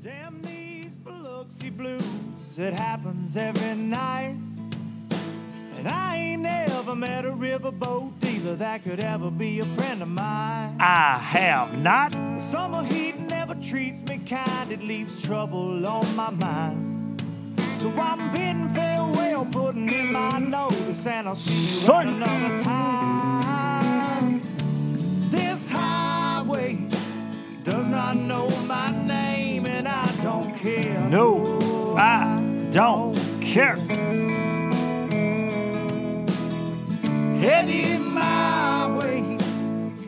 Damn these Biloxi blues, it happens every night. And I ain't never met a riverboat dealer that could ever be a friend of mine. I have not. The Summer heat never treats me kind, it leaves trouble on my mind. So I'm bidding farewell, putting in my notice, and I'll see you Son. around another time. This highway does not know my name, and I don't care. No, I don't care. headed my way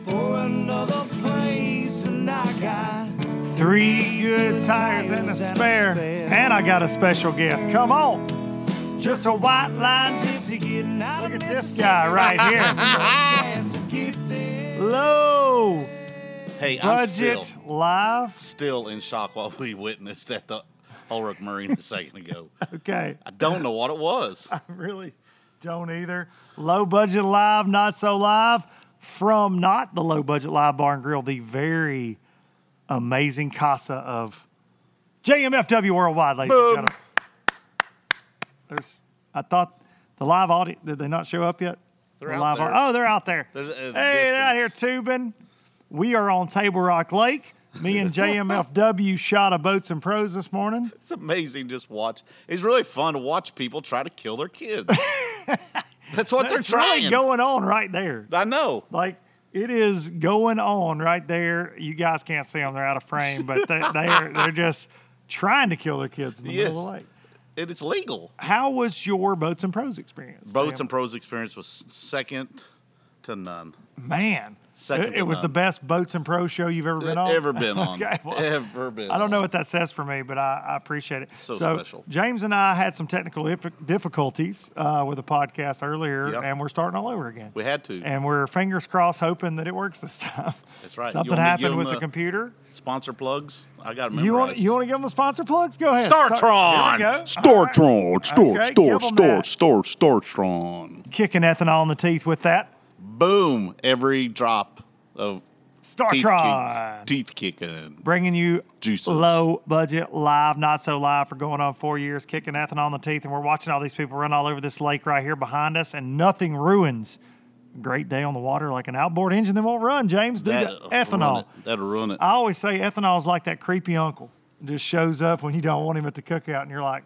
for another place, and I got Three good tires and a spare. And I got a special guest. Come on. Just a white line. gypsy getting out Look of at this Mississippi. guy right here. Gas to get there. Low Hey, I'm still, budget live. still in shock what we witnessed at the Ulrich Marine a second ago. Okay. I don't know what it was. really don't either. Low budget live, not so live from not the low budget live bar and grill, the very amazing casa of JMFW Worldwide, ladies and gentlemen. There's, I thought the live audience did they not show up yet? They're out live there. au- oh, they're out there. They're, uh, hey, the they're out here distance. tubing. We are on Table Rock Lake. Me and JMFW shot a boats and pros this morning. It's amazing just watch. It's really fun to watch people try to kill their kids. That's what It's they're really trying. going on right there. I know. Like it is going on right there. You guys can't see them; they're out of frame, but they, they're they're just trying to kill their kids in the middle of the Yes. lake. It is legal. How was your boats and pros experience? Boats Sam? and Pros experience was second to none. man, Second it, to it was the none. best boats and pro show you've ever been on. Ever been on. Okay, well, Ever been I don't know on. what that says for me, but I, I appreciate it. So special. James and I had some technical if- difficulties uh, with the podcast earlier, Yep. and we're starting all over again. We had to. and we're fingers crossed, hoping that it works this time. That's right. You Something want me to give happened 'em with the the- computer. Sponsor plugs. I got to You want you want to give them the sponsor plugs? Go ahead. Here we go. Startron. All Startron. right. Star, Okay, star, give 'em star, that. star, Startron. Kicking ethanol in the teeth with that Boom. Every drop of Startron. teeth, kick, teeth kicking. Bringing you Juices. low budget, live, not so live for going on four years, kicking ethanol in the teeth. And we're watching all these people run all over this lake right here behind us, and nothing ruins a great day on the water like an outboard engine that won't run, James. Dude, That'll ethanol. ruin it. That'll ruin it. I always say ethanol is like that creepy uncle. Just shows up when you don't want him at the cookout, and you're like,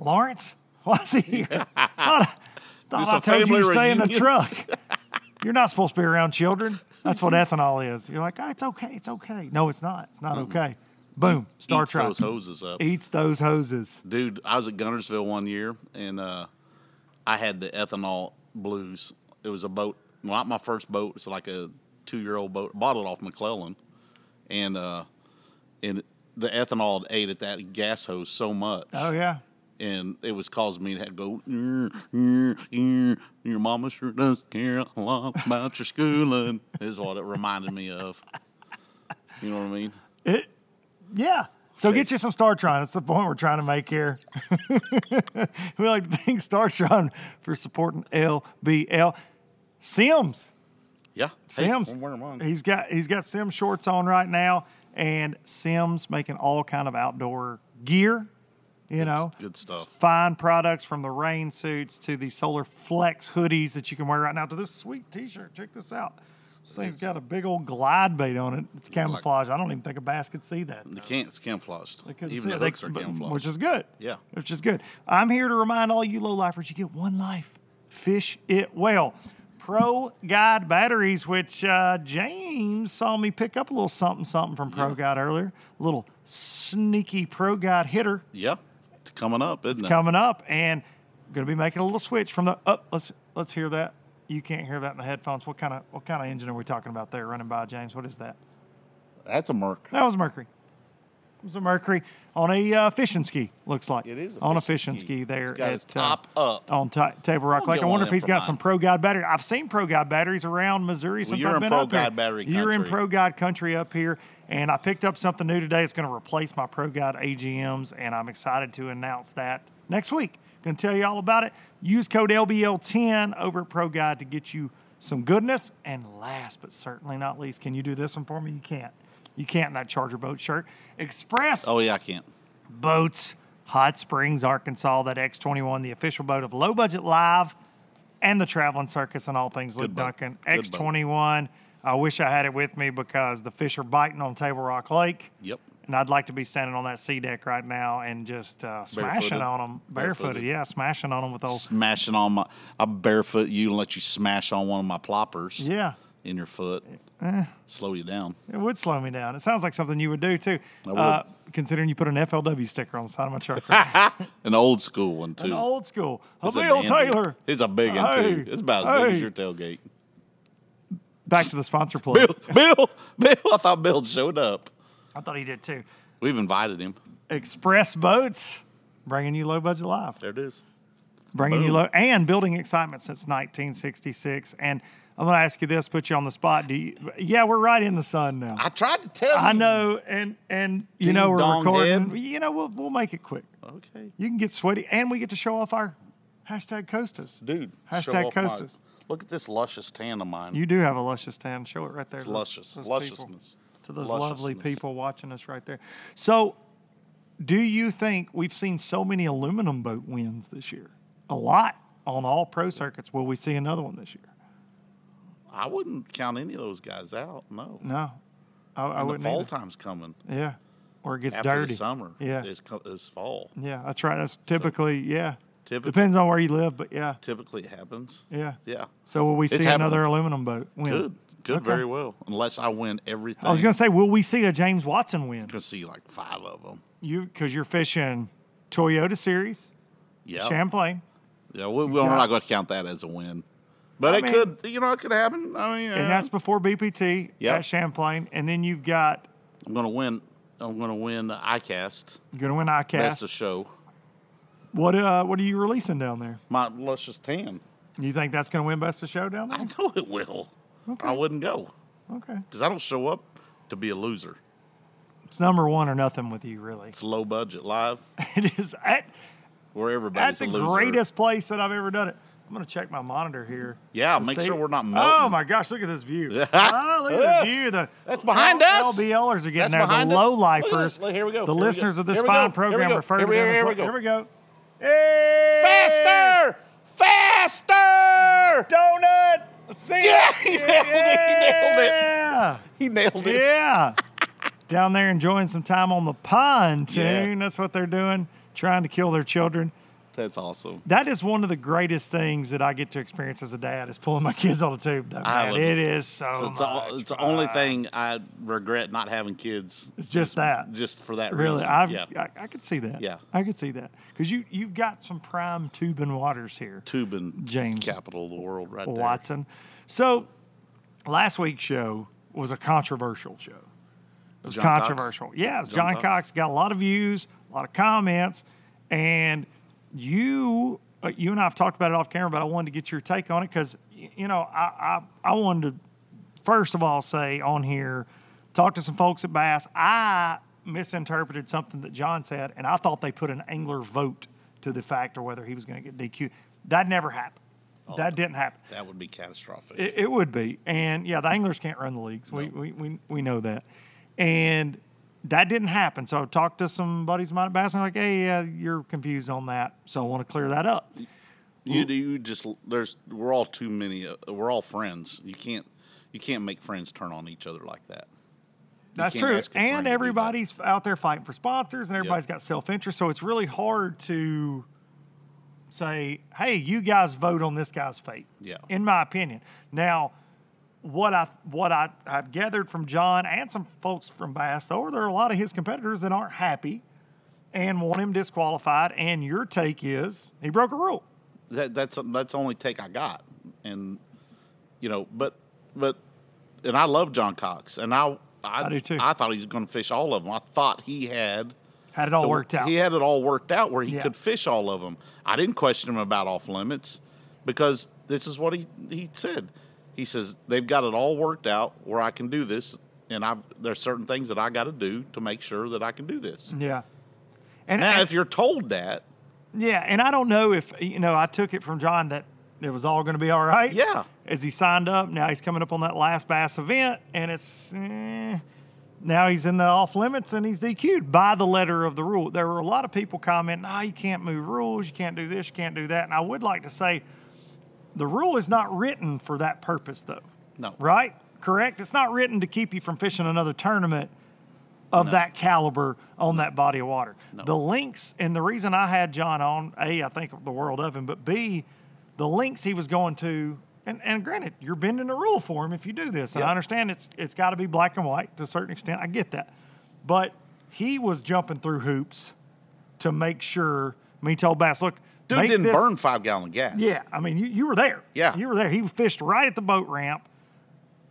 Lawrence, why is he here? Thought I, thought This I a told you family to stay in the reunion? truck. You're not supposed to be around children. That's what ethanol is. You're like, oh, it's okay, it's okay. No, it's not. It's not okay. Boom, Star Eats Trek those hoses up. eats those hoses. Dude, I was at Gunnersville one year and uh, I had the ethanol blues. It was a boat, not my first boat. It's like a two year old boat. Bought it off McClellan. And, uh, and the ethanol had ate at that gas hose so much. Oh yeah, and it was causing me to have to go. "Mm, mm, mm, Your mama sure does care a lot about your schooling. Is what it reminded me of. You know what I mean? it, yeah. So get you some Startron. That's the point we're trying to make here. we like to thank Startron for supporting LBL Sims. Yeah. Hey, Sims. I'm wearing mine. He's got he's got Sim shorts on right now, and Sims making all kind of outdoor gear. You know, Good stuff. fine products from the rain suits to the solar flex hoodies that you can wear right now to this sweet t-shirt check this out this thing's got a big old glide bait on it it's camouflage i don't even think a bass could see that They can't. It's camouflaged. They couldn't Even see the it. They- hooks are but- camouflaged. which is good Yeah. which is good i'm here to remind all you lowlifers you get one life fish it well pro guide batteries which uh, james saw me pick up a little something something from pro guide earlier a little sneaky pro guide hitter yeah. It's coming up, isn't it? coming up and going to be making a little switch from the up. let's let's hear that. You can't hear that in the headphones. What kind of what kind of engine are we talking about there running by James? What is that? That's a Merc. That was a Mercury. It was a Mercury on a uh, fishing ski. Looks like It is a on a fishing fishing ski. ski there It's got at uh, its top up. on Ta- Table Rock I'll Lake. I get one wonder of if them he's for got mine. some Pro Guide batteries. I've seen Pro Guide batteries around Missouri since you're I've in been Pro up there. Guide battery You're in country. Pro Guide country up here, and I picked up something new today. It's going to replace my Pro Guide AGMs, and I'm excited to announce that next week. Going to tell you all about it. Use code LBL10 over at Pro Guide to get you some goodness. And last but certainly not least, can you do this one for me? You can't. You can't in that Charger Boat shirt. Express Oh yeah, I can't. boats, Hot Springs, Arkansas, that X21, the official boat of Low Budget Live and the Traveling Circus and all things Luke boat. Duncan. Good boat. X21, I wish I had it with me because the fish are biting on Table Rock Lake. Yep. And I'd like to be standing on that sea deck right now and just uh, smashing on Barefooted. 'em. on them, barefooted, Barefooted. yeah, smashing on them with those. Smashing on my. I barefoot you and let you smash on one of my ploppers. Yeah, Eh. In your foot. Slow you down. it would slow me down. It sounds like something you would do too, I would. Uh, considering you put an FLW sticker on the side of my truck. An old school one too. An old school, It's a Emil dandy. Taylor. It's a big one too. Hey, It's about as big hey. as your tailgate. Back to the sponsor plug. Bill, Bill, Bill. I thought Bill showed up. I thought he did too. We've invited him. Express Boats, bringing you low budget life, There it is. bringing you Boom. low and building excitement since 1966. And I'm going to ask you this, put you on the spot. Do you, yeah, we're right in the sun now. I tried to tell I you. know, and and you Ding know we're dong recording. head. You know we'll we'll make it quick. Okay, You can get sweaty, and we get to show off our hashtag Costas. dude. show Hashtag off my- Costas. Look at this luscious tan of mine. You do have a luscious tan. Show it right there. it's to those- luscious. those people. Lusciousness. to those lovely Lusciousness. people watching us right there. So, do you think we've seen so many aluminum boat wins this year? A lot on all pro circuits. Will we see another one this year? I wouldn't count any of those guys out. No. No, I, I And the wouldn't. fall either. time's coming. Yeah, or it gets After dirty. the summer, Yeah, is, co- is fall. yeah, that's right. That's typically yeah. Typically- Depends on where you live, but yeah, Typically, it happens. yeah. Yeah, So will we see It's another aluminum boat win? good, good, Okay. very well. Unless I win everything, I was gonna say, will we see a James Watson win? Gonna see like five of them. You because you're fishing Toyota Series, Yeah, Champlain. yeah. We, we're not gonna count that as a win, but I it mean- could. You know, it could happen. I mean, and uh, that's before BPT Yep. at Champlain, and then you've got I'm gonna win. I'm gonna win the ICAST. you're gonna win That's ICAST. the show. what uh, what are you releasing down there? My luscious tan. You think that's gonna win Best of Show down I there? know it will. I wouldn't go Okay, because I don't show up to be a loser. it's number one or nothing with you, really. It's low budget live It is at where everybody's at the a loser. greatest place that I've ever done it. I'm gonna check my monitor here. Yeah, to make see- sure we're not Oh melting. my gosh, look at this view! oh, look at Yeah. the view. The That's behind L- us. LBLers are getting That's there. behind The us. low Look at lifers. this. Look, here we go. The Here we go. listeners of this Here we fine go. Here we program go. refer Here to we go. them as Here we lo- go. Here we go. Hey! Faster! Faster! donut. Let's See Yeah, it. he nailed Yeah. it. He nailed it. He nailed it. Yeah. Down there enjoying some time on the pond, too. Yeah. That's what they're doing, trying to kill their children. That's awesome. That is one of the greatest things that I get to experience as a dad is pulling my kids on the tube. Though, I man. love it it. is so. So it's, much all, it's the only fun. thing I regret not having kids. It's just that. Just for that really, reason. I've, yeah. I, I could see that. Yeah. I could see that because you you've got some prime tubing waters here. Tubin, James capital of the world, right there. Watson. So last week's show was a controversial show. It was John Cox? controversial. Yeah, it was John, John Cox. Cox? got a lot of views, a lot of comments, and you uh, you and I have talked about it off camera, but I wanted to get your take on it because you know I, I I wanted to first of all say on here, talk to some folks at Bass. I misinterpreted something that John said, and I thought they put an angler vote to the fact or whether he was going to get DQ. That never happened. Oh, that didn't happen. That would be catastrophic. It, it would be, and yeah, the anglers can't run the leagues. We, we, we, we know that. And that didn't happen. So I talked to some buddies of mine at Bass and I'm like, hey, yeah, you're confused on that. So I want to clear that up. You do you just there's we're all too many. Uh, we're all friends. You can't you can't make friends turn on each other like that. That's can't true. ask a friend to do And that. everybody's out there fighting for sponsors and everybody's got self interest. So it's really hard to say, hey, you guys vote on this guy's fate. Yeah. In my opinion. Now, what I what I have gathered from John and some folks from Bass, though, there are a lot of his competitors that aren't happy and want him disqualified. And your take is he broke a rule. That that's that's the only take I got, and you know, but but and I love John Cox, and I I, I do too. I thought he was going to fish all of them. I thought he had Had it all worked out. He had it all worked out where he Yeah. could fish all of them. I didn't question him about off limits because this is what he, he said. He says they've got it all worked out where I can do this, and I there's certain things that I got to do to make sure that I can do this. Yeah. And, Now, Mm. and- if you're told that, Yeah, and I don't know if you know. I took it from John that it was all going to be all right. Yeah. As he signed up, now he's coming up on that last bass event, and it's eh, now he's in the off limits and he's DQ'd by the letter of the rule. There were a lot of people commenting, "Oh, you can't move rules. You can't do this. You can't do that." And I would like to say, the rule is not written for that purpose, though. no, Right? Correct. It's not written to keep you from fishing another tournament of that caliber on that body of water. The links, and the reason I had John on, A, I think the world of him, but B, the links he was going to, and, and granted, you're bending the rule for him if you do this. And I Yeah. understand it's it's got to be black and white to a certain extent. I get that. But he was jumping through hoops to make sure. I mean, he told Bass, look, dude make didn't this- burn five gallon gas. yeah, I mean, you, you were there. Yeah. You were there. He fished right at the boat ramp,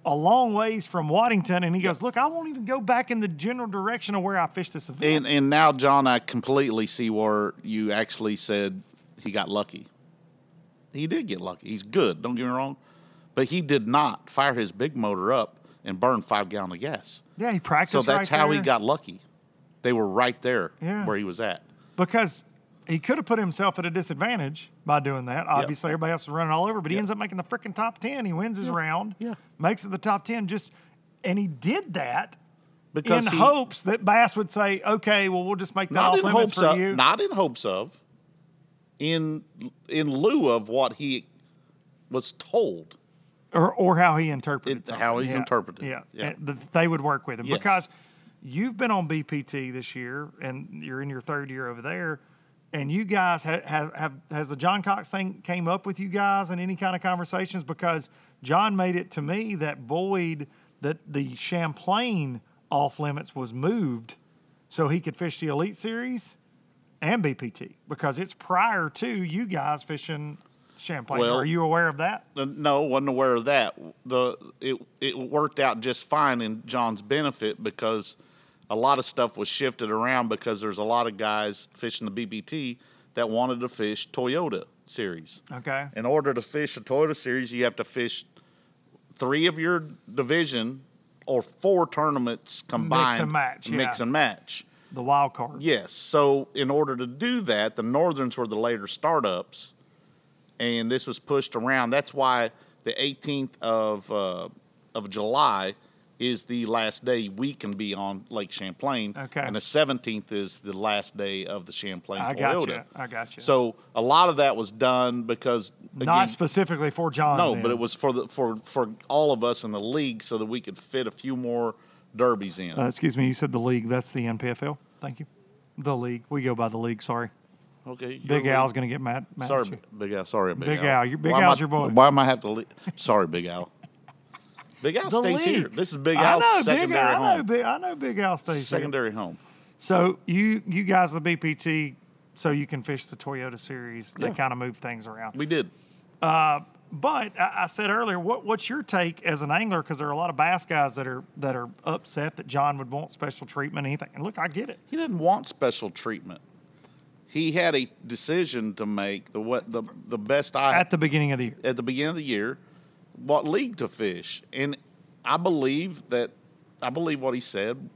a long ways from Waddington, and he goes, Look, I won't even go back in the general direction of where I fished this event. and and now John, I completely see where you actually said he got lucky. He did get lucky. He's good. Don't get me wrong, but he did not fire his big motor up and burn five gallon of gas. yeah, he practiced. So that's right how he there got lucky. They were right there Yeah. where he was at. Because he could have put himself at a disadvantage by doing that. Obviously, everybody else is running all over, but he ends up making the freaking top 10. He wins his round, Yeah. makes it the top 10, just, and he did that. Because in he- hopes that Bass would say, "Okay, well, we'll just make that Not off in limits hopes for of, you." not in hopes of, in in lieu of what he was told. or or how he interpreted It- how something. he's yeah. interpreted it. Yeah, Yeah. And th- they would work with him Yes. because you've been on BPT this year and you're in your third year over there, and you guys have have, have has the John Cox thing came up with you guys in any kind of conversations because John made it to me that Boyd that the Champlain off limits was moved so he could fish the Elite Series and BPT because it's prior to you guys fishing Champlain. Well- Are you aware of that? Uh, No, wasn't aware of that. The it it worked out just fine in John's benefit because a lot of stuff was shifted around because there's a lot of guys fishing the BBT that wanted to fish Toyota series. Okay. in order to fish a Toyota Series, you have to fish three of your division or four tournaments combined. match, Mix yeah. and match. The wild card. Yes. So in order to do that, the Northerns were the later startups, and this was pushed around. That's why the 18th of uh, of July is the last day we can be on Lake Champlain. Okay. And the 17th is the last day of the Champlain I Toyota. got you. I got you. So a lot of that was done because not again, specifically for John. no, then. but it was for the for for all of us in the league so that we could fit a few more derbies in. Uh, excuse me, you said the league. That's the NPFL. Thank you. The league. We go by the league. Sorry. okay, you're Big league- Al's going to get mad. mad Sorry, at you. Big Al. Sorry, Big, Big Al, your- Big Why am Al's I- your boy. Why am I have to leave? Sorry, Big Al. Big Al The stays here. league. This is Big I Al's know, secondary Big Al. home. I know, Big, I know Big Al stays here. secondary home. So you you guys the BPT, so you can fish the Toyota series. They Yeah. kind of move things around. We did. But I, I said earlier, what, what's your take as an angler? Because there are a lot of bass guys that are that are upset that John would want special treatment. Anything. And look, I get it. He didn't want special treatment. He had a decision to make. The what the the best I At the beginning of the year, at the beginning of the year what league to fish. And I believe that I believe what he said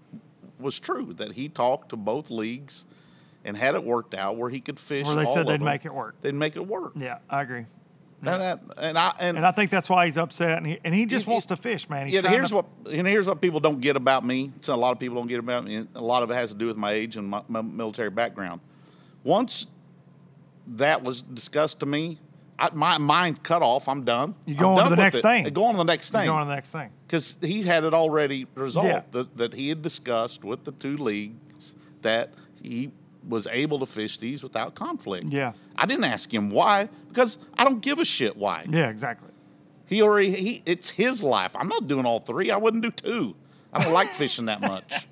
was true that he talked to both leagues and had it worked out where he could fish. Where they all said of they'd them. make it work. They'd make it work. Yeah, I agree. And that and I and, And I think that's why he's upset. And he, and he just wants to fish, man. He's yeah, trying here's to- what and here's what people don't get about me. So a lot of people don't get about me. and A lot of it has to do with my age and my, my military background. Once that was discussed to me, I, my mind cut off. I'm done. You I'm go on to done the with next it. thing. I Go on to the next Go on to thing the next thing. because he had it already resolved Yeah. that, that he had discussed with the two leagues that he was able to fish these without conflict. Yeah. I didn't ask him why because I don't give a shit why. Yeah, exactly. He already he it's his life. I'm not doing all three. I wouldn't do two. I don't like fishing that much.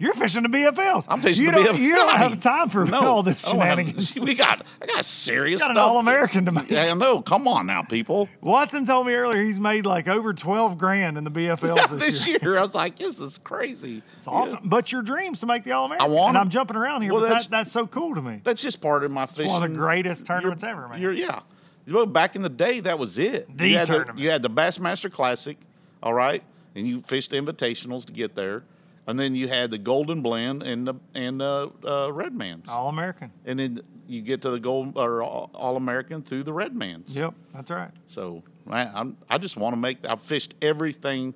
You're fishing the BFLs. I'm fishing you the don't, BFL. You don't have time for No, Oh, all this I don't have- shenanigans. we got I got serious Got an stuff. All-American to make. Yeah, I know. Come on now, people. Watson told me earlier he's made like over 12 grand in the BFLs Yeah, this, this year. year. I was like, this is crazy. It's awesome. But your dream's to make the All American. I want And it. I'm jumping around here, Well, but that's- that, that's so cool to me. That's just part of my fishing. one of the greatest tournaments ever, man. You're, yeah. Well, back in the day, that was it. The you had tournament. The, you had the Bassmaster Classic, all right, and you fished invitationals to get there, and then you had the Golden Blend and the and the uh, Red Man's, All American. and then you get to the Gold or All American through the Red Man's. Yep, that's right. So I, I'm, I just want to make. I've fished everything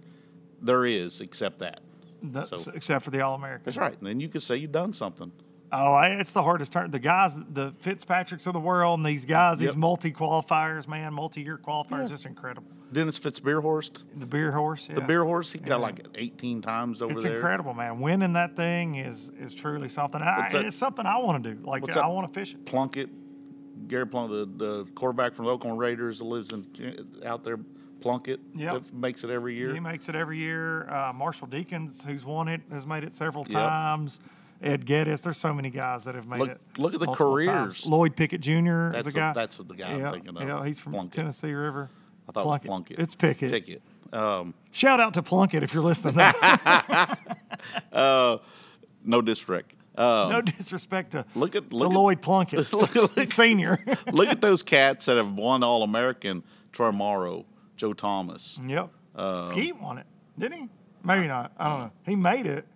there is except that. That's, So- except for the All American. That's right. And then you can say you've done something. Oh, I, it's the hardest turn. The guys, the Fitzpatricks of the world, and these guys, these Yep. multi qualifiers, man, multi year qualifiers, just incredible. Dennis Fitzbeerhorst, The beer horse. the yeah. beer horse, he got like 18 times over It's there. incredible, man. Winning that thing is is truly something. And I- What's that- it's something I want to do. Like what's I that- want to fish it. Plunkett, Gary Plunkett, the, the quarterback from the Oakland Raiders that lives in out there, Plunkett, Yep. that makes it every year. He makes it every year. Uh, Marshall Deacons, who's won it, has made it several Yep. times. Ed Geddes, there's so many guys that have made Look- it. look at the multiple times. careers. Lloyd Pickett Jr. is a That's what- guy. that's what the guy I'm yeah, thinking of, Yeah, he's from Plunkett. Tennessee River. I thought Plunkett. it was Plunkett. It's Pickett. Pickett. Um, Shout out to Plunkett if you're listening. no no disrespect. Uh, disrespect to, Look at- to look at- Lloyd Plunkett, look, look, senior. look at those cats that have won All American. Troy Morrow, Joe Thomas. yep. Um, Skeet won it, didn't he? Maybe not. I don't know. He made it.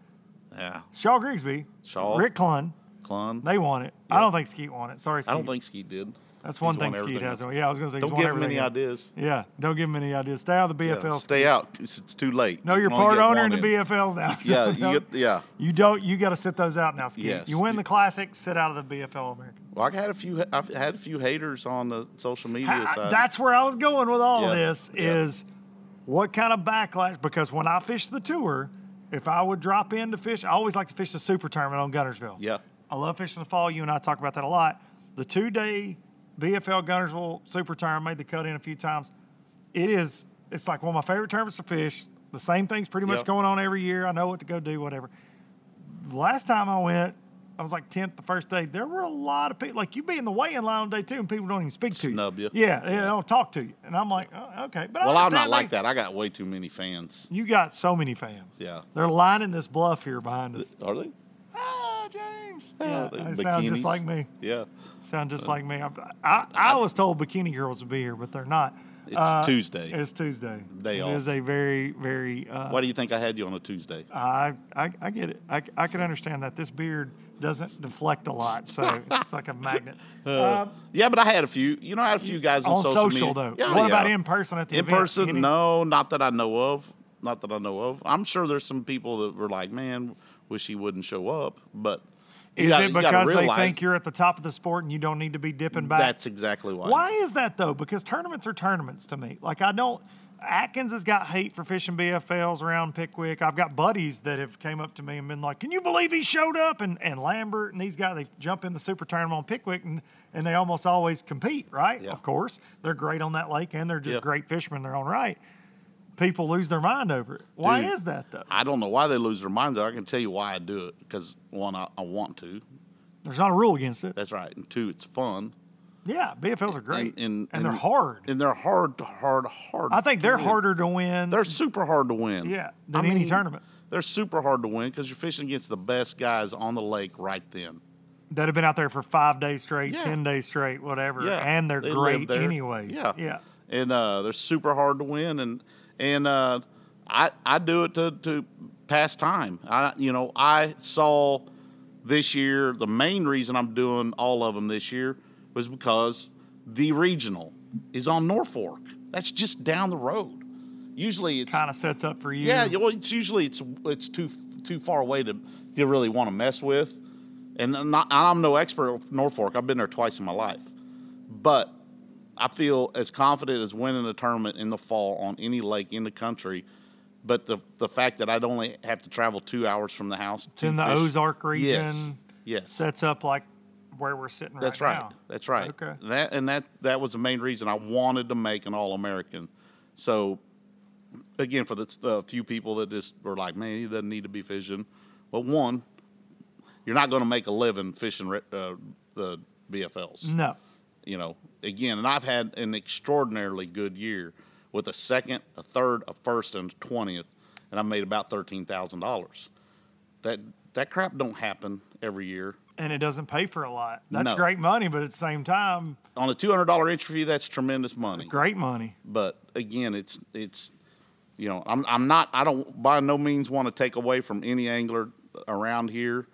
Yeah. Shaw Grigsby, Shaw. Rick Klun, Clun. Mm-hmm. they won it. I don't think Skeet won it. Sorry, Skeet. I don't think Skeet did. That's He's one won thing everything Skeet else. hasn't. Yeah, I was going to say he's Don't won give him everything any else. ideas. Yeah, don't give him any ideas. Stay out of the Yeah, BFL. stay out. It's, it's too late. No, you're can only part get owner in one the in. BFLs now. Yeah, No. you get, yeah. You don't. You got to sit those out now, Skeet. Yes. You win the classic, sit out of the BFL American. Well, I had a few. I've had a few haters on the social media I- I- side. that's where I was going with all Yeah, this yeah. is what kind of backlash? Because when I fished the tour, if I would drop in to fish, I always like to fish the super tournament on Gunnersville. yeah, I love fishing the fall. You and I talk about that a lot. The two day BFL Gunnersville Super Tournament made the cut in a few times. It is, it's like one of my favorite tournaments to fish. The same thing's pretty much Yep. going on every year. I know what to go do, whatever. The last time I went, I was like 10th the first day. There were a lot of people, like you be in the weigh in line on day two and people don't even speak to you. Snub you. Yeah, they don't talk to you. And I'm like, oh, okay. But I Well, I'm understand not like they- that. I got way too many fans. You got so many fans. Yeah. They're lining this bluff here behind us. Are they? Ah, James. Yeah, Yeah, they- they sound just Oh, bikinis. Uh, like me. Yeah. Sound just like me. I, I, I was told bikini girls would be here, but they're not. Uh, It's Tuesday. It's Tuesday. Day It off. is a very, very. Uh, Why do you think I had you on a Tuesday? I, I, I get it. I, I can understand that. This beard doesn't deflect a lot, so it's like a magnet. Um, Yeah, but I had a few. You know, I had a few guys Uh, on, on social, media. though. Yeah, what yeah. about in person at the In event? person? Any- No, not that I know of. Not that I know of. I'm sure there's some people that were like, "Man, wish he wouldn't show up." But you Is gotta- it you gotta because they realize think you're at the top of the sport and you don't need to be dipping back? That's exactly why. Why is that though? Because tournaments are tournaments to me. Like I don't. Atkins has got hate for fishing BFLs around Pickwick. I've got buddies that have came up to me and been like, "Can you believe he showed up?" And and Lambert and these guys they jump in the super tournament on Pickwick and and they almost always compete, right? Yeah. Of course, they're great on that lake and they're just Yeah. great fishermen in their own right. People lose their mind over it. Why Dude. is that though? I don't know why they lose their minds. I can tell you why I do it because one, I, I want to. There's not a rule against it. That's right. And two, it's fun. Yeah, BFLs are great and- and they're and- hard. And they're hard, hard, hard. I think to they're win. harder to win. They're super hard to win. Yeah, than any tournament. They're super hard to win because you're fishing against the best guys on the lake right then. that have been out there for five days straight, Yeah. ten days straight, whatever, Yeah, and they're they live great there. anyways. Yeah, yeah. And uh, they're super hard to win, and and uh, I I do it to to pass time. I you know I saw this year the main reason I'm doing all of them this year was because the regional is on Norfolk. That's just down the road. Usually it's Kind of sets up for you. yeah, you- well, it's usually it's it's too too far away to to really want to mess with. And I'm, not, I'm no expert at Norfolk. I've been there twice in my life, but I feel as confident as winning a tournament in the fall on any lake in the country. But the the fact that I'd only have to travel two hours from the house it's in the Ozark region. Yes, yes. Sets up like where we're sitting That's right, right. now. That's right. Okay. That and that that was the main reason I wanted to make an All American. So, again, for the uh, few people that just were like, "Man, he doesn't need to be fishing," well, one, you're not going to make a living fishing re- uh, the BFLs No. you know, again, and I've had an extraordinarily good year with a second, a third, a first, and a twentieth, and I made about thirteen thousand dollars. That that crap don't happen every year. And it doesn't pay for a lot. That's No. great money, but at the same time, On a two hundred dollar entry fee, that's tremendous money. great money. But again, it's it's you know, I'm I'm not I don't by no means want to take away from any angler around here.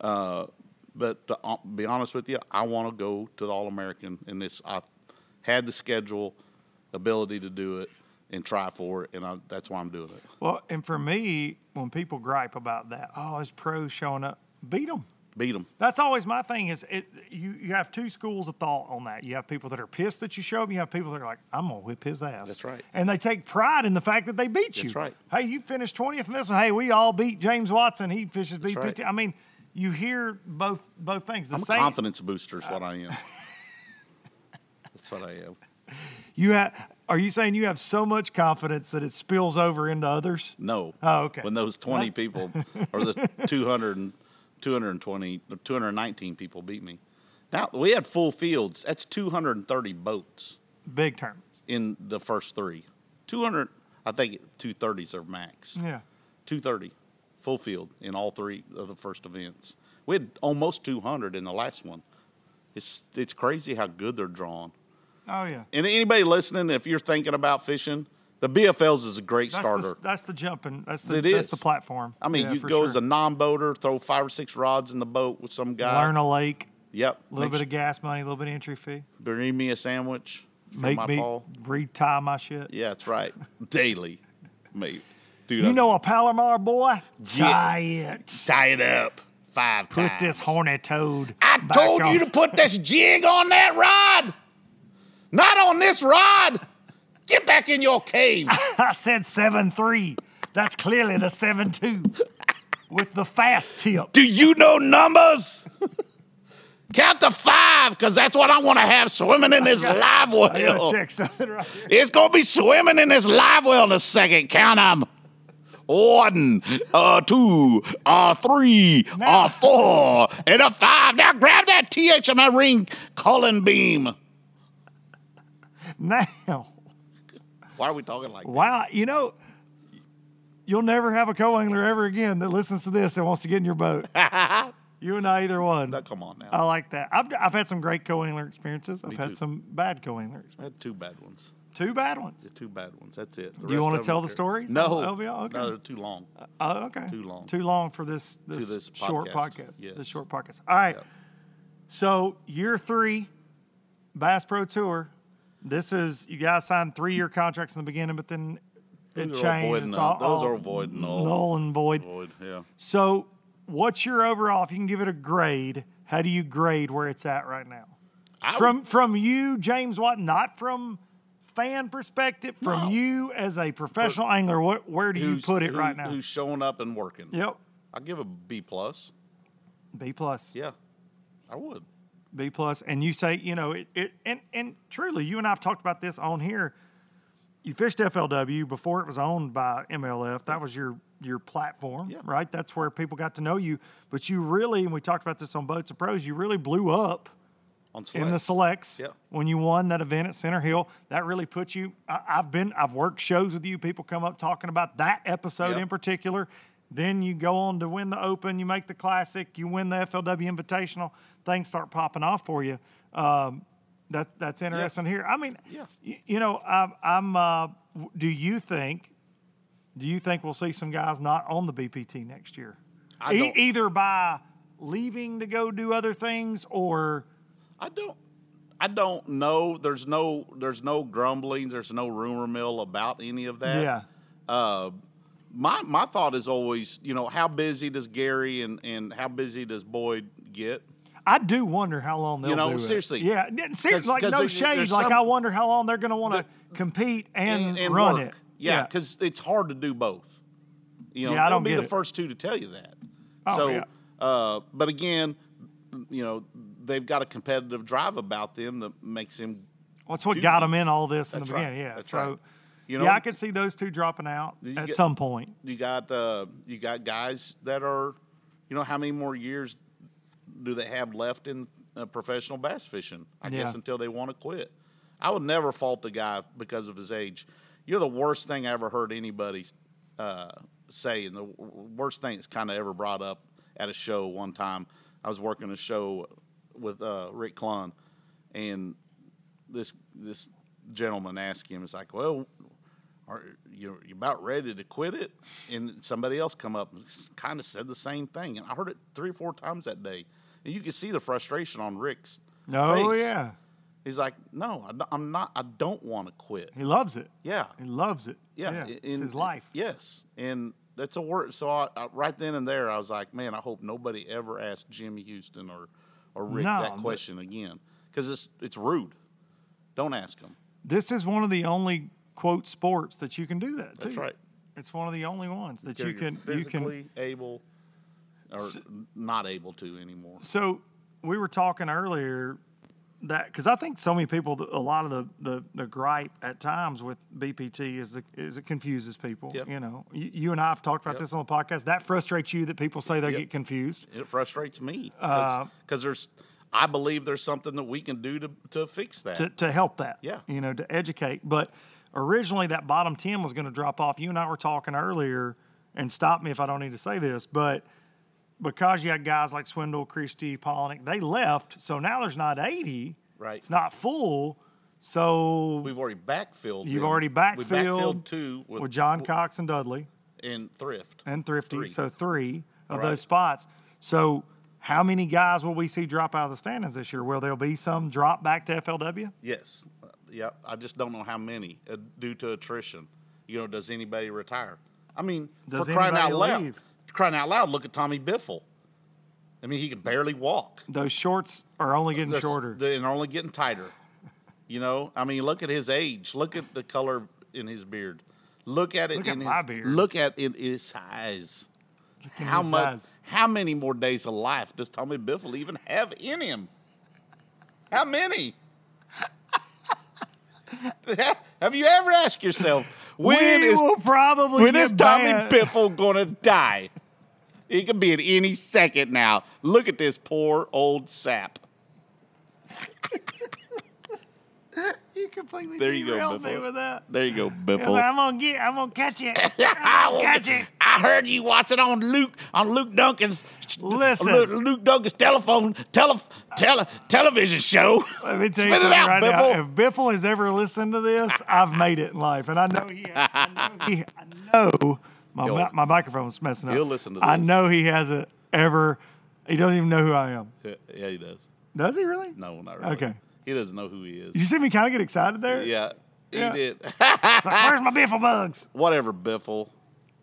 Uh, but to o- be honest with you, I want to go to the All American, and this I had the schedule, ability to do it, and try for it, and I, that's why I'm doing it. Well, and for me, when people gripe about that, oh, it's pros showing up, beat them. Beat them. That's always my thing. Is it you? You have two schools of thought on that. You have people that are pissed that you show up. You have people that are like, "I'm gonna whip his ass." That's right. And they take pride in the fact that they beat you. That's right. Hey, you finished twentieth in this one. Hey, we all beat James Watson. He fishes beat. right. PT. I mean, you hear both both things. The I'm a same. confidence booster is what I am. that's what I am. You have. Are you saying you have so much confidence that it spills over into others? No. Oh, okay. When those 20 people or the 200 and 220 or 219 people beat me. Now, we had full fields. That's 230 boats Big tournaments. in the first three. 200, I think 230s are max. Yeah. 230 full field in all three of the first events. We had almost 200 in the last one. It's, it's crazy how good they're drawn. Oh yeah. And anybody listening, if you're thinking about fishing, the BFLs is a great That's starter. the that's the jumping. That's the It that's is. the platform. I mean, Yeah, you for go as a sure. non-boater, throw five or six rods in the boat with some guy. learn a lake. Yep. A little Make bit of gas money, a little bit of entry fee. sure- bring me a sandwich. for Make my me Paul. retie my shit. Yeah, that's right. Daily, mate. Dude, You I'm- know a Palomar boy? Giant. tie it up five Put times. this horny toad. I back told on. you to put this jig on that rod, not on this rod. Get back in your cave. I said seven three. That's clearly the seven two with the fast tip. Do you know numbers? Count to five, because that's what I want to have swimming in this live I gotta well. check something right here. It's gonna be swimming in this live well in a second. Count 'em. One, uh, two, uh, three, Now- uh, four, and a five. Now grab that TH on my ring calling beam. Now, Why are we talking like that? wow, you know, you'll never have a co angler ever again that listens to this and wants to get in your boat. you and I, either one. Now, Come on now. I like that. I've, I've had some great co angler experiences, I've had too. some bad co angler experiences. I had two bad ones. Two bad ones. Two bad ones. That's it. Do you rest wanna of 'em tell are the terrible. stories No. on LVO? Okay. No, they're too long. Oh, okay. Too long. Too long for this this, this short podcast. podcast. Yes. This short podcast. All right. Yep. So year three, Bass Pro Tour. This is you guys signed three year contracts in the beginning, but then it Those are all void changed. and It's null. all, Those all are void and null. null and void. Void, yeah. So what's your overall? If you can give it a grade, how do you grade where it's at right now? I from from you, James Watt, not from fan perspective, from you as a professional angler, what where do you who's- put it who- right now? Who's showing up and working? Yep. I give a B plus. B plus. Yeah, I would. B plus, and you say, you know, it, it and and truly, you and I have talked about this on here. You fished FLW before it was owned by MLF. That was your your platform, Yeah. right? That's where people got to know you. But you really, and we talked about this on Boats and Pros, you really blew up On in the selects. selects Yeah. when you won that event at Center Hill. That really put you. I, I've been, I've worked shows with you. People come up talking about that episode Yep. in particular. Then you go on to win the Open, you make the Classic, you win the FLW Invitational. Things start popping off for you. Um, that that's interesting here. I mean, Yeah. y- you know, I'm. I'm uh, w- do you think? Do you think we'll see some guys not on the BPT next year? I E- don't- either by leaving to go do other things or I don't. I don't know. There's no there's no grumblings. There's no rumor mill about any of that. yeah. Uh, my my thought is always, you know, how busy does Gary and and how busy does Boyd get? I do wonder how long they'll You know, do it. seriously. Yeah, n- seriously, 'Cause- like 'cause no there's- shade. there's Like some- I wonder how long they're going to want to compete and, run work. it. Yeah, because it's hard to do both. You know, Yeah, I they'll don't be get the it. first two to tell you that. Oh, so, yeah. uh, but again, you know, they've got a competitive drive about them that makes them. That's what do got them these. in all this in the That's right. beginning. Yeah. That's so, right. You know, yeah, I could see those two dropping out You at get- some point. you got uh, you got guys that are, you know, how many more years do they have left in uh, professional bass fishing? I Yeah. guess until they want to quit. I would never fault a guy because of his age. You're the worst thing I ever heard anybody uh, say, and the w- worst thing that's kind of ever brought up at a show. One time, I was working a show with uh, Rick Klun, and this this gentleman asked him, "It's like, well, are you you about ready to quit it?" And somebody else come up and kind of said the same thing, and I heard it three or four times that day, and you could see the frustration on Rick's. No, face. Oh, yeah, He's like, "No, I don't- I'm not. I don't want to quit." he loves it. Yeah, He loves it. yeah, it's and- his life. Yes, and that's a word. So I, I, right then and there, I was like, man, I hope nobody ever asked Jimmy Houston or or Rick No, that but- question again because it's it's rude. Don't ask them. This is one of the only quote sports that you can do that. That's too. right. It's one of the only ones that You're you can you can physically able or not able to anymore. So we were talking earlier that because I think so many people, a lot of the, the the gripe at times with BPT is the, is it confuses people. Yep. You know, you, you and I have talked about this on the podcast. That frustrates you that people say they Yep. get confused. It frustrates me Uh, because there's I believe there's something that we can do to to fix that. to, to help that. Yeah. You know, to educate. But originally that bottom 10 was going to drop off. You and I were talking earlier, and stop me if I don't need to say this, but because you had guys like Swindle, Christie, Polinick, they left. So now there's not 80. Right. It's not full. So We've already backfilled. you've them. already backfilled, We backfilled two with, with Uh, John Cox and Dudley and Thrift. and Thrifty. Three. So three of Right. those spots. So how many guys will we see drop out of the standings this year? Will there be some drop back to FLW? Yes. Uh, Yep. I just don't know how many uh, due to attrition. You know, does anybody retire? I mean, Does for crying out anybody loud, leave? crying out loud, look at Tommy Biffle. I mean, he can barely walk. Those shorts are only getting That's- shorter. they- and they're only getting tighter. You know, I mean, look at his age. Look at the color in his beard. Look at it Look at in my his beard. look at it in his eyes. How his much? eyes. How many more days of life does Tommy Biffle even have in him? How many? have you ever asked yourself when we is will probably when get is Tommy banned. Biffle gonna die? He could be at any second now. Look at this poor old sap. You completely There you go, derailed me Biffle. with that. There you go, I was like, Biffle. I'm gonna get. I'm gonna catch it. I, I'm gonna catch it. I heard you watching on Luke on Luke Duncan's Listen. Lu- Luke Duncan's telephone tele, tele, television show. Let me tell you Spit it something out, right now. Biffle. If Biffle has ever listened to this, I've made it in life, and I know he. Has, I know. He, I know my He'll- mi- my microphone's messing up. he'll listen to I this. know he hasn't ever. He doesn't even know who I am. yeah, he does. Does he really? No, not really. Okay. He doesn't know who he is. You see me kind of get excited there. Yeah, he Yeah. did. It's like, where's my Biffle bugs? Whatever, Biffle.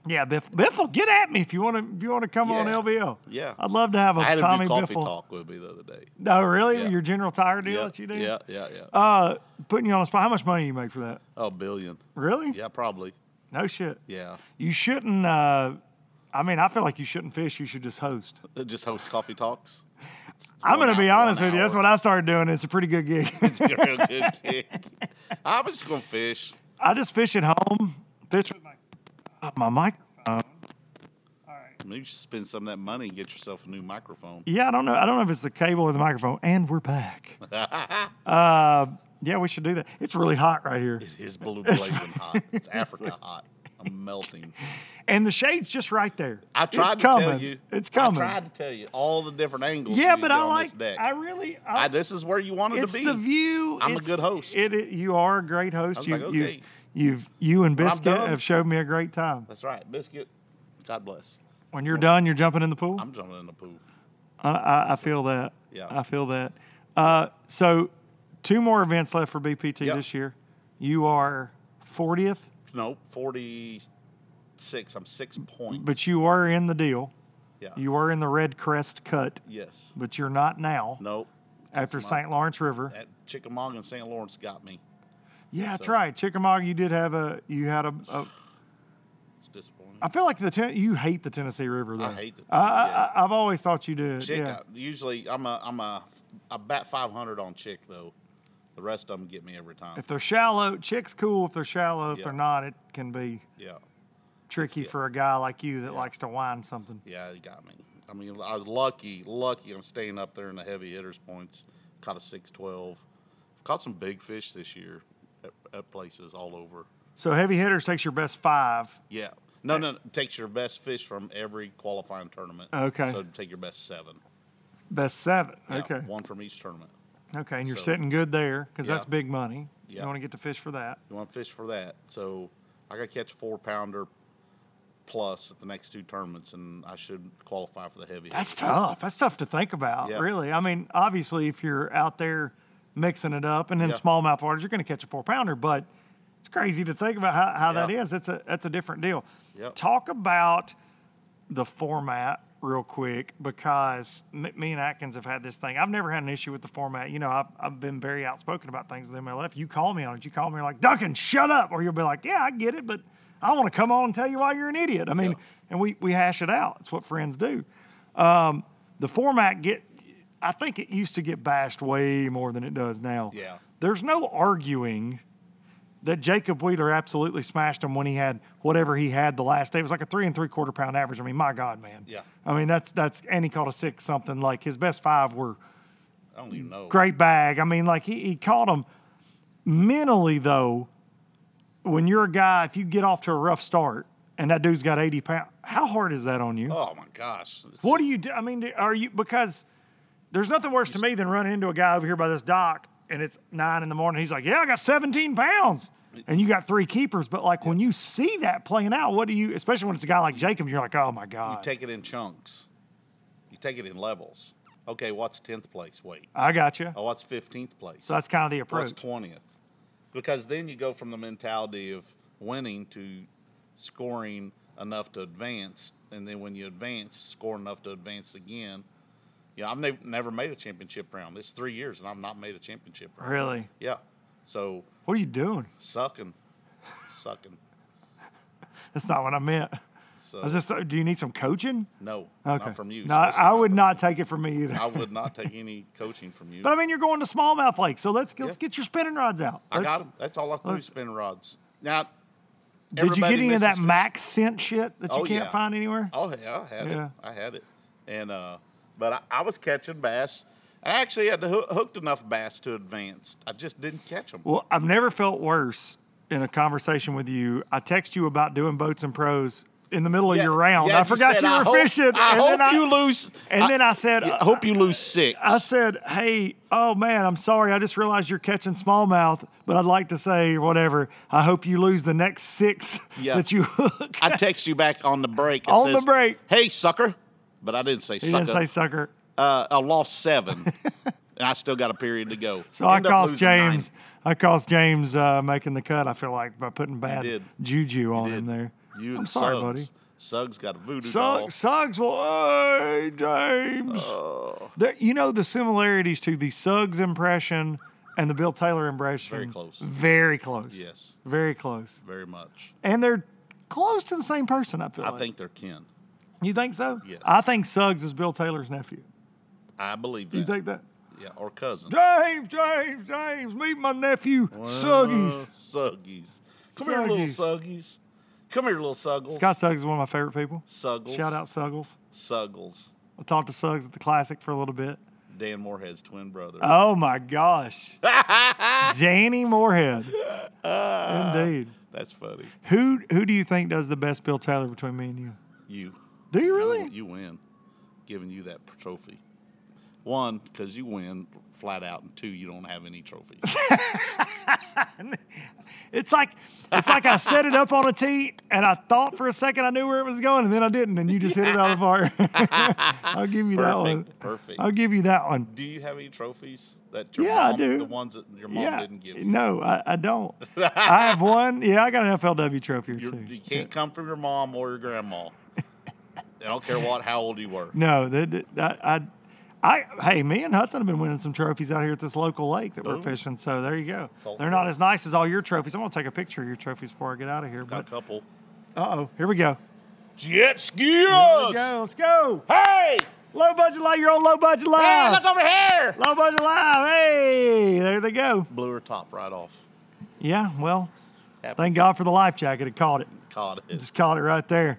Yeah, Biffle. Biffle, get at me if you want to. If you want to come on Yeah. LVL. Yeah. I'd love to have a I had him Tommy do coffee Biffle. talk with me the other day. No, really? Yeah. Your general tire deal yeah, that you do? Yeah, yeah, yeah. Uh, putting you on the spot. How much money you make for that? oh, billion. Really? Yeah, probably. No shit. Yeah. You shouldn't. Uh, I mean, I feel like you shouldn't fish. You should just host. Just host coffee talks. I'm One going to be hour- honest one with you. That's hour. what I started doing. It's a pretty good gig. It's a real good gig. I'm just gonna fish. I just fish at home. Fish with my uh, my mic. Maybe you should spend some of that money and get yourself a new microphone. Yeah, I don't know. I don't know if it's the cable or the microphone. And we're back. uh, yeah, we should do that. It's really hot right here, It is blue blazing hot. It's Africa hot. I'm melting. and the shade's just right there. I It's tried to coming. tell you. It's coming. I tried to tell you all the different angles. yeah, you but get I on like. this deck. I really. I- this is where you wanted it's to be. the view. I'm a it's- good host. It, it- you are a great host. I was you, like, okay. you, you've, you and When I'm Biscuit done- have showed me a great time. That's right, biscuit. God bless. When you're done, you're jumping in the pool. I'm jumping in the pool. I, I, I feel that. Yeah. I feel that. Uh, so Two more events left for BPT Yep. this year. You are 40th, No, 46. I'm six point. but you are in the deal. Yeah. You are in the Red Crest Cut, yes. but you're not now Nope. after not. St. Lawrence River. That Chickamauga and St. Lawrence got me. yeah, that's so- right. Chickamauga, you did have a, you had a, a It's disappointing. I feel like the, ten, you hate the Tennessee River though. I hate the. I, I, I- I've always thought you did. Chick, yeah. I- usually I'm a I'm a I bat 500 on chick though. The rest of them get me every time. If they're shallow, chick's cool. If they're shallow, if Yeah. they're not, it can be Yeah, tricky for a guy like you that likes to wind something. yeah, they got me. I mean, I was lucky, lucky. I'm staying up there in the heavy hitters points. Caught a 612. Caught some big fish this year at, at places all over. So heavy hitters takes your best five. Yeah. No, no, no. Takes your best fish from every qualifying tournament. Okay. So take your best seven. Best seven. Yeah, okay. One from each tournament. Okay. And you're so- sitting good there because Yeah. that's big money. Yeah. You want to get to fish for that. You want to fish for that. So I got to catch a four pounder plus at the next two tournaments, and I should qualify for the heavy. That's tough. That's tough to think about, Yeah. really. I mean, obviously, if you're out there mixing it up and in Yeah. smallmouth waters, you're going to catch a four pounder, but it's crazy to think about how, how that Yeah. is. That's a, that's a different deal. Yep. Talk about the format real quick because me, me and Atkins have had this thing. I've never had an issue with the format. You know, I've, I've been very outspoken about things with MLF. You call me on it. You call me like, Duncan, shut up. Or you'll be like, yeah, I get it, but I want to come on and tell you why you're an idiot. I mean, and we, we hash it out. It's what friends do the format get I think it used to get bashed way more than it does now. Yeah. There's no arguing that Jacob Wheeler absolutely smashed him when he had whatever he had the last day. It was like a three and three quarter pound average. I mean, my God, man. Yeah. I mean, that's that's and he caught a six something. Like his best five were I don't even know. great bag. I mean, like he, he caught him mentally though. When you're a guy, if you get off to a rough start and that dude's got 80 pounds, how hard is that on you? Oh my gosh. It's- What do you do? I mean, do- are you because there's nothing worse to me than running into a guy over here by this dock and it's nine in the morning. He's like, "Yeah, I got 17 pounds," and you got three keepers. But like when you see that playing out, what do you? Especially when it's a guy like Jacob, you're like, "Oh my You god, take it in chunks. You take it in levels. Okay, what's tenth place? Wait. I got you." Oh, what's fifteenth place? So that's kind of the what's approach. twentieth? Because then you go from the mentality of winning to scoring enough to advance, and then when you advance, score enough to advance again. Yeah, I've nev- never made a championship round. It's three years, and I've not made a championship round. Really? Yeah, so What are you doing? sucking, sucking. That's not what I meant. So I was just, uh, do you need some coaching? no, Okay. not from you. No, I- especially I would from not you. take it from me either. I would not take any coaching from you. But I mean, you're going to smallmouth lake, so let's let's get your spinning rods out. I got Let's- 'em. That's all I threw let's- spin rods. Now, Did you get everybody any of that misses fish. max scent shit that you Oh, can't yeah. find anywhere? Oh yeah, I had Yeah. it. I had it. And uh, but I, I was catching bass. I actually had hoo- hooked enough bass to advance. I just didn't catch them. Well, I've never felt worse in a conversation with you. I text you about doing boats and pros in the middle of your round. I forgot you, were fishing. I and hope then I- you lose. And then I said, I hope you lose six. I said, hey, oh man, I'm sorry. I just realized you're catching smallmouth, but I'd like to say whatever. I hope you lose the next six Yeah. that you hook. I text you back on the break. It On the says, break. Hey, sucker. But I didn't say He sucker. didn't say sucker. uh, I lost seven, and I still got a period to go. So I End up cost losing nine. James. I cost James uh, making the cut. I feel like by putting bad did. juju on him did. there. You and I'm sorry, Suggs. buddy. Suggs got a voodoo doll. Suggs, Suggs will, hey, James. Oh. There, you know the similarities to the Suggs impression and the Bill Taylor impression. Very close. Very close. Yes. Very close. Very much. And they're close to the same person, I feel I like. think they're kin. you think so? Yes. I think Suggs is Bill Taylor's nephew. I believe You that. think that? yeah, or cousin. James, James, James, meet my nephew, Suggies. Uh, Suggies. Come here, little Suggies. Come here, little Suggles. Scott Suggs is one of my favorite people. Suggles. Shout out Suggles. Suggles. I talked to Suggs at the Classic for a little bit. Dan Moorhead's twin brother. Oh my gosh. Danny Moorhead. Uh, Indeed. That's funny. Who who do you think does the best Bill Taylor between me and you? You. Do you really? You win. Giving you that trophy. One, because you win flat out, and two, you don't have any trophies. It's like it's like I set it up on a tee and I thought for a second I knew where it was going and then I didn't and you just hit it out of the park. I'll give you that one. perfect, perfect. I'll give you that one. Do you have any trophies that your Yeah, I mom, do. the ones that your mom yeah. didn't give you? No, I, I don't. I have one. Yeah, I got an FLW trophy or You're, two. you can not come from your mom or your grandma. I don't care what, how old you were. No, that, that- I, I, I, hey, me and Hudson have been winning some trophies out here at this local lake that we're fishing. So there you go. Cool. They're not as nice as all your trophies. I'm gonna take a picture of your trophies before I get out of here. Got a But couple. uh oh, here we go. Jet Here we skis! go. Let's go. Hey! Low budget live. You're on low budget live. Hey, look over here! Low budget live. Hey, there they go. Blew her top right off. Yeah, well, Happens. thank God for the life jacket. It caught it. Caught it. Just caught it right there.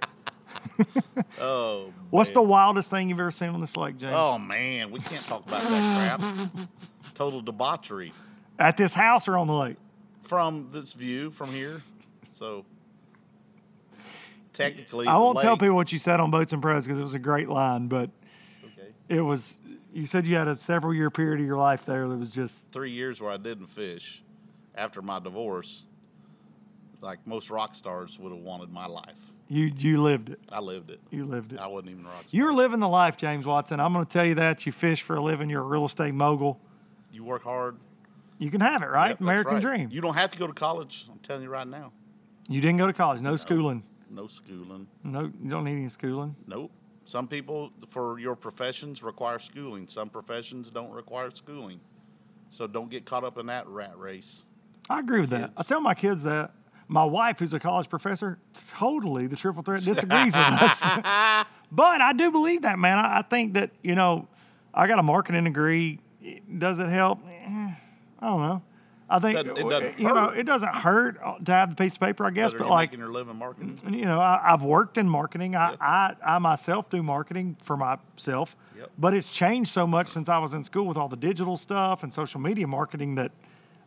Oh, What's the wildest thing you've ever seen on this lake, James? oh man, we can't talk about that crap. Total debauchery At this house or on the lake? from this view from here. So technically, I the won't tell lake- people what you said on Boats and Pros because it was a great line, but Okay. it was. You said you had a several year period of your life there that was just three years where I didn't fish after my divorce, like most rock stars would have wanted my life. you. You lived it. I lived it. You lived it. I wasn't even a rock star. You're living the life, James Watson. I'm going to tell you that. You fish for a living. You're a real estate mogul. You work hard. You can have it, right? Yep, that's American right. dream. You, You don't have to go to college. I'm telling you right now. didn't go to college. No schooling. No schooling. No, you don't need any schooling. Nope. Some people for your professions require schooling. Some professions don't require schooling. So don't get caught up in that rat race. I agree with that. I tell my kids that. My wife, who's a college professor, totally the triple threat disagrees with us. but I do believe that, man. I, I think that, you know, I got a marketing degree. It- Does it help? Eh, I don't know. I think, Doesn't- it doesn't you know, hurt. it doesn't hurt to have the piece of paper, I guess, but Whether you're like, making your living marketing. and, you know, I, I've worked in marketing. I, I, I myself do marketing for myself, Yep. but it's changed so much since I was in school with all the digital stuff and social media marketing that,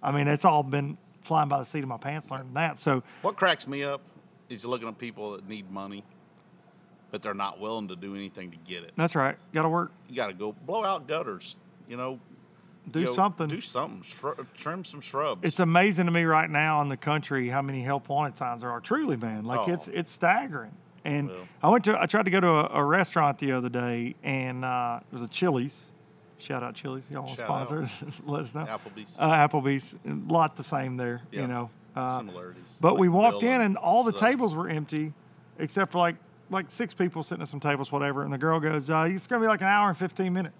I mean, it's all been flying by the seat of my pants learning that. So, What cracks me up is looking at people that need money, but they're not willing to do anything to get it. that's right. Got to work, You got to go blow out gutters, you know. do you know, something. Do something. Shrub, trim some shrubs. it's amazing to me right now in the country how many help wanted signs there are. Truly, man, like Oh. it's it's staggering. And Well. I went to I tried to go to a, a restaurant the other day, and uh, it was a Chili's. Shout out Chili's, y'all want to Shout out. sponsor? us? Let us know. Applebee's. uh, Applebee's, a lot the same there, Yeah. you know. Uh, similarities. but we Like walked Bill in and all the Suggs. tables were empty, except for like like six people sitting at some tables, whatever. And the girl goes, uh, "It's gonna be like an hour and fifteen minutes."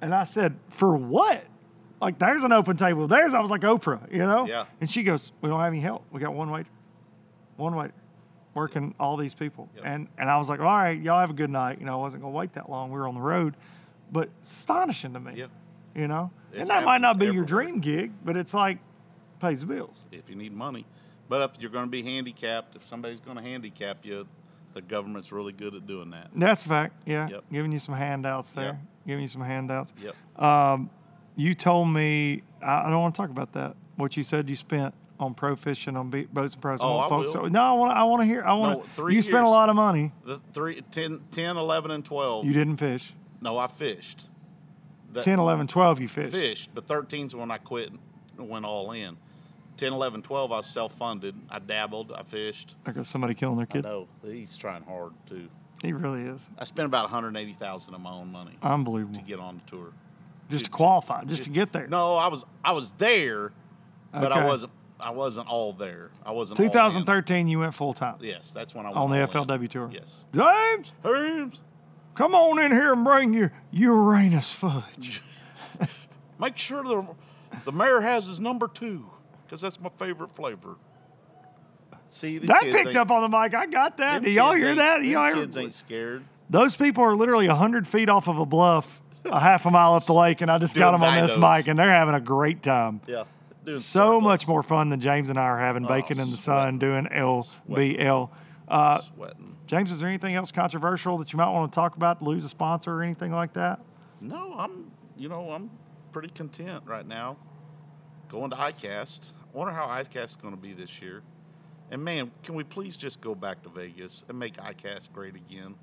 And I said, "For what?" Like, there's an open table. There's I was like Oprah, you know. Yeah. And she goes, "We don't have any help. We got one waiter, one waiter, working all these people." Yep. And and I was like, "All right, y'all have a good night." You know, I wasn't gonna wait that long. We were on the road, but astonishing to me. Yeah. You know, It's and that might not happens be your everywhere. dream gig, but it's like pays the bills. If you need money, but if you're going to be handicapped, if somebody's going to handicap you, the government's really good at doing that. That's a fact. Yeah. Yep. Giving you some handouts there. Yep. Giving you some handouts. Yep. You told me I, I don't want to talk about that. What you said you spent on pro fishing on be- boats and pros. Oh, want I folks will. to- no, I want. to I want to hear. I want. to three you spent a years. lot of money. The three, 10, 10, 11, and 12. You didn't fish. No, I fished. That- 10, 11, 12, You fished. fished, but 13's when I quit and went all in. 10, 11, 12, I was self funded. I dabbled, I fished. I got somebody killing their I kid. know, he's trying hard too. He really is I spent about 180000 of my own money to unbelievable. get on the tour. Just to qualify, just to get there. No, I was I was there, but I Okay. wasn't I wasn't all there. I wasn't all in. 2013, you went full time Yes, that's when I went on the all in. FLW tour. Oh, Yes. James, Hams, come on in here and bring your Uranus fudge. make sure the the mayor has his number two, because that's my favorite flavor. See, these That kids picked ain't- up on the mic. I got that. them Do y'all kids hear ain't- that? Do them y'all kids hear? ain't scared. Those people are literally 100 feet off of a bluff, a half a mile up the lake, and I just got Doing them on this dinos. mic, and they're having a great time. Yeah. doing Oh, So circles. much more fun than James and I are having baking in the sun, doing LBL. Uh, Sweating. James, is there anything else controversial that you might want to talk about, lose a sponsor or anything like that? No, I'm. You know, I'm pretty content right now. Going to ICAST. I wonder how ICAST is going to be this year. And man, can we please just go back to Vegas and make ICAST great again?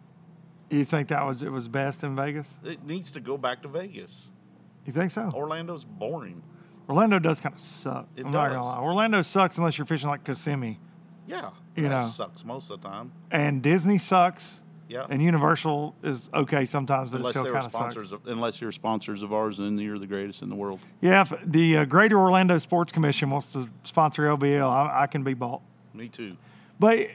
You think that was it was best in Vegas? It needs to go back to Vegas. You think so? Orlando's boring. Orlando does kind of suck. It I'm not gonna does. lie. Orlando sucks unless you're fishing like Kissimmee, Yeah, You that know. sucks most of the time. and Disney sucks, Yeah, and Universal is okay sometimes, but unless it still they were kind of sucks. sponsors, of, unless you're sponsors of ours, then you're the greatest in the world. Yeah, if the uh, Greater Orlando Sports Commission wants to sponsor LBL, I, I can be bought. Me too. But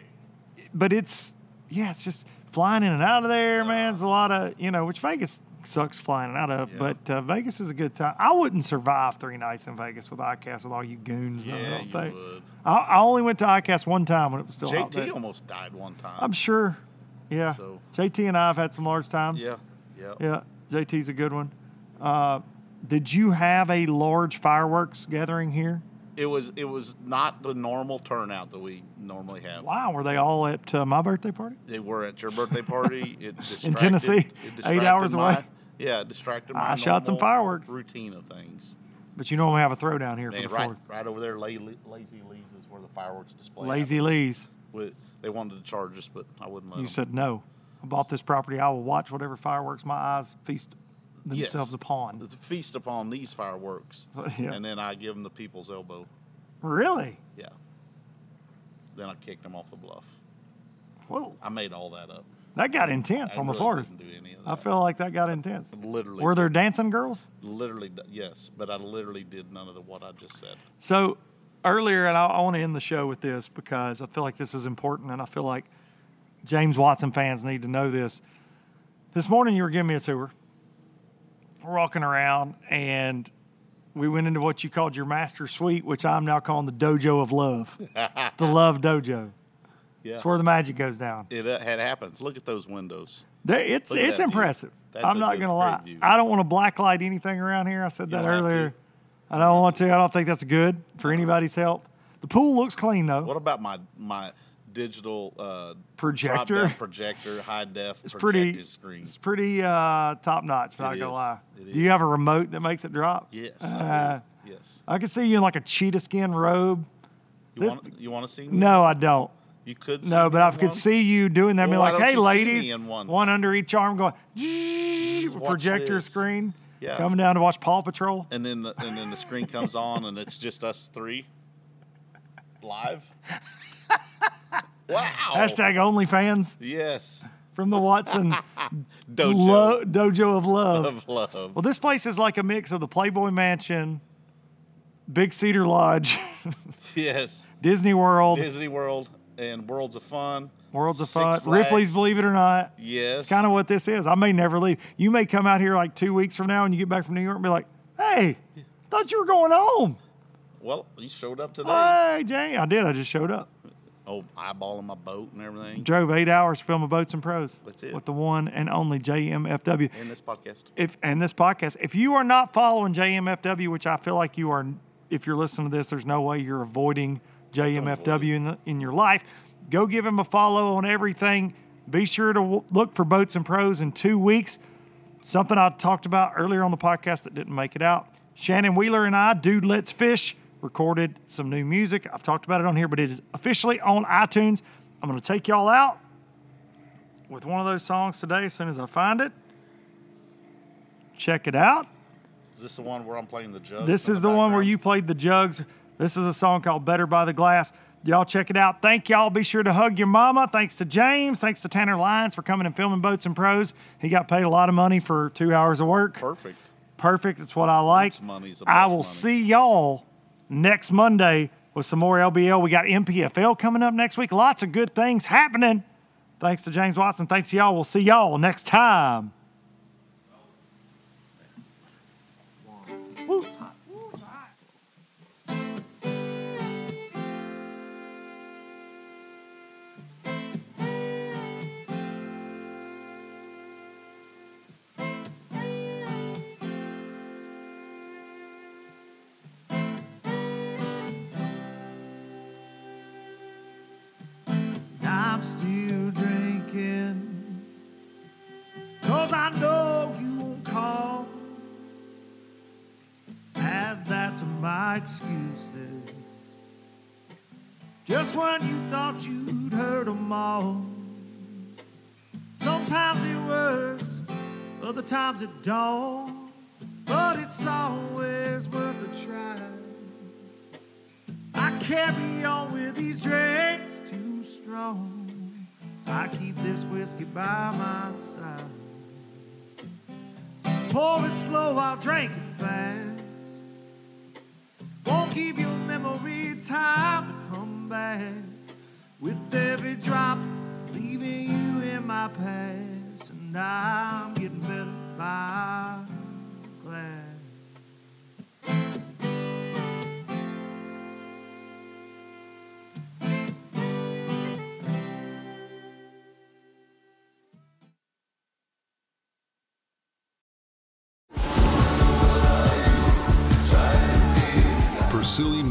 but it's yeah, it's just flying in and out of there, man. It's a lot of you know, which Vegas sucks flying out of, Yeah. but uh, Vegas is a good time. I wouldn't survive three nights in Vegas with ICAST with all you goons. though, I Yeah, don't you think. would. I, I only went to ICAST one time when it was still out there. JT almost died one time. I'm sure. Yeah. So- JT and I have had some large times. yeah, yeah, Yeah. JT's a good one. Uh, did you have a large fireworks gathering here? It was it was not the normal turnout that we normally have. Wow, were they all at uh, my birthday party? They were at your birthday party. It distracted, Tennessee, it eight distracted hours my- away. Yeah, it distracted my I shot some normal fireworks. Routine of things. But you normally have a throwdown here for And the right, fourth. right over there, La- Lazy Lee's is where the fireworks display. Lazy happens. Lee's. With- They wanted to charge us, but I wouldn't let You them. said no. I bought this property. I will watch whatever fireworks my eyes feast Yes. themselves upon. Let's feast upon these fireworks, Yeah. and then I give them the people's elbow. Really? Yeah. Then I kicked them off the bluff. Whoa. I made all that up. That got intense I on the really fourth. Didn't do any of that. I feel like that got intense. literally Were there dancing girls? literally d- yes, but I literally did none of the what I just said. So earlier, and I, I want to end the show with this because I feel like this is important, and I feel like James Watson fans need to know this. This morning, you were giving me a tour. We're walking around, and we went into what you called your master suite, which I'm now calling the Dojo of Love, the Love Dojo. Yeah. It's where the magic goes down. It uh, had happens. Look at those windows. There- it's Look at it's that view. impressive. That's I'm a not good gonna lie. preview. I don't want to blacklight anything around here. I said that don't have earlier. to. Uh-huh. I don't want to. I don't think that's good for anybody's health. The pool looks clean though. What about my my digital uh, Projector? drop-down projector, high def it's projected pretty. screen? It's pretty uh, top notch. Not It gonna is. lie. It Do you is. have a remote that makes it drop? Yes, I do. Uh, yes. I could see you in like a cheetah skin robe. You this- want you want to see me? No, I don't. you could. See No, me but I in could one? see you doing that. and Well, why be like, hey, don't you see me ladies, in one?" under each arm going, watch projector this. screen, Yeah. coming down to watch Paw Patrol. And then the, and then the screen comes on and it's just us three live. wow. Hashtag OnlyFans Yes. from the Watson Dojo Lo- Dojo of Love. of love. Well, this place is like a mix of the Playboy Mansion, Big Cedar Lodge, Yes. Disney World, Disney World and Worlds of Fun. Worlds of Six Fun, Flags. Ripley's Believe It or Not. Yes. Kind of what this is. I may never leave. You may come out here like two weeks from now and you get back from New York and be like, hey, thought you were going home. Well, you showed up today. Hey, Jay. I did. I just showed up. Oh, eyeballing my boat and everything. Drove eight hours filming Boats and Pros That's it. with the one and only JMFW. In this podcast. if and this podcast, if you are not following JMFW, which I feel like you are, if you're listening to this, there's no way you're avoiding JMFW in, the, in your life. Go give him a follow on everything. Be sure to w- look for Boats and Pros in two weeks. Something I talked about earlier on the podcast that didn't make it out. Shannon Wheeler and I, Dude Let's Fish, recorded some new music. I've talked about it on here, but it is officially on iTunes. I'm going to take y'all out with one of those songs today as soon as I find it check it out. Is this the one where I'm playing the judge? This is the one where you played the jugs. This is a song called Better by the Glass. Y'all check it out. Thank y'all. Be sure to hug your mama. Thanks to James. Thanks to Tanner Lyons for coming and filming Boats and Pros. He got paid a lot of money for two hours of work. Perfect. Perfect. It's what I like. Oops, money's the I best will money. see y'all next Monday with some more LBL. We got MPFL coming up next week. Lots of good things happening. Thanks to James Watson. Thanks to y'all. We'll see y'all next time. I'm still drinking. Cause I know you won't call. Add that to my excuses. Just when you thought you'd heard 'em all. Some Sometimes it works, other times it don't. But it's always worth a try. I carry on with these drinks too strong. I keep this whiskey by my side. Pour it slow, I'll drink it fast. Won't give your memory time to come back with every drop leaving you in my past and I'm getting better by the glass Pursuing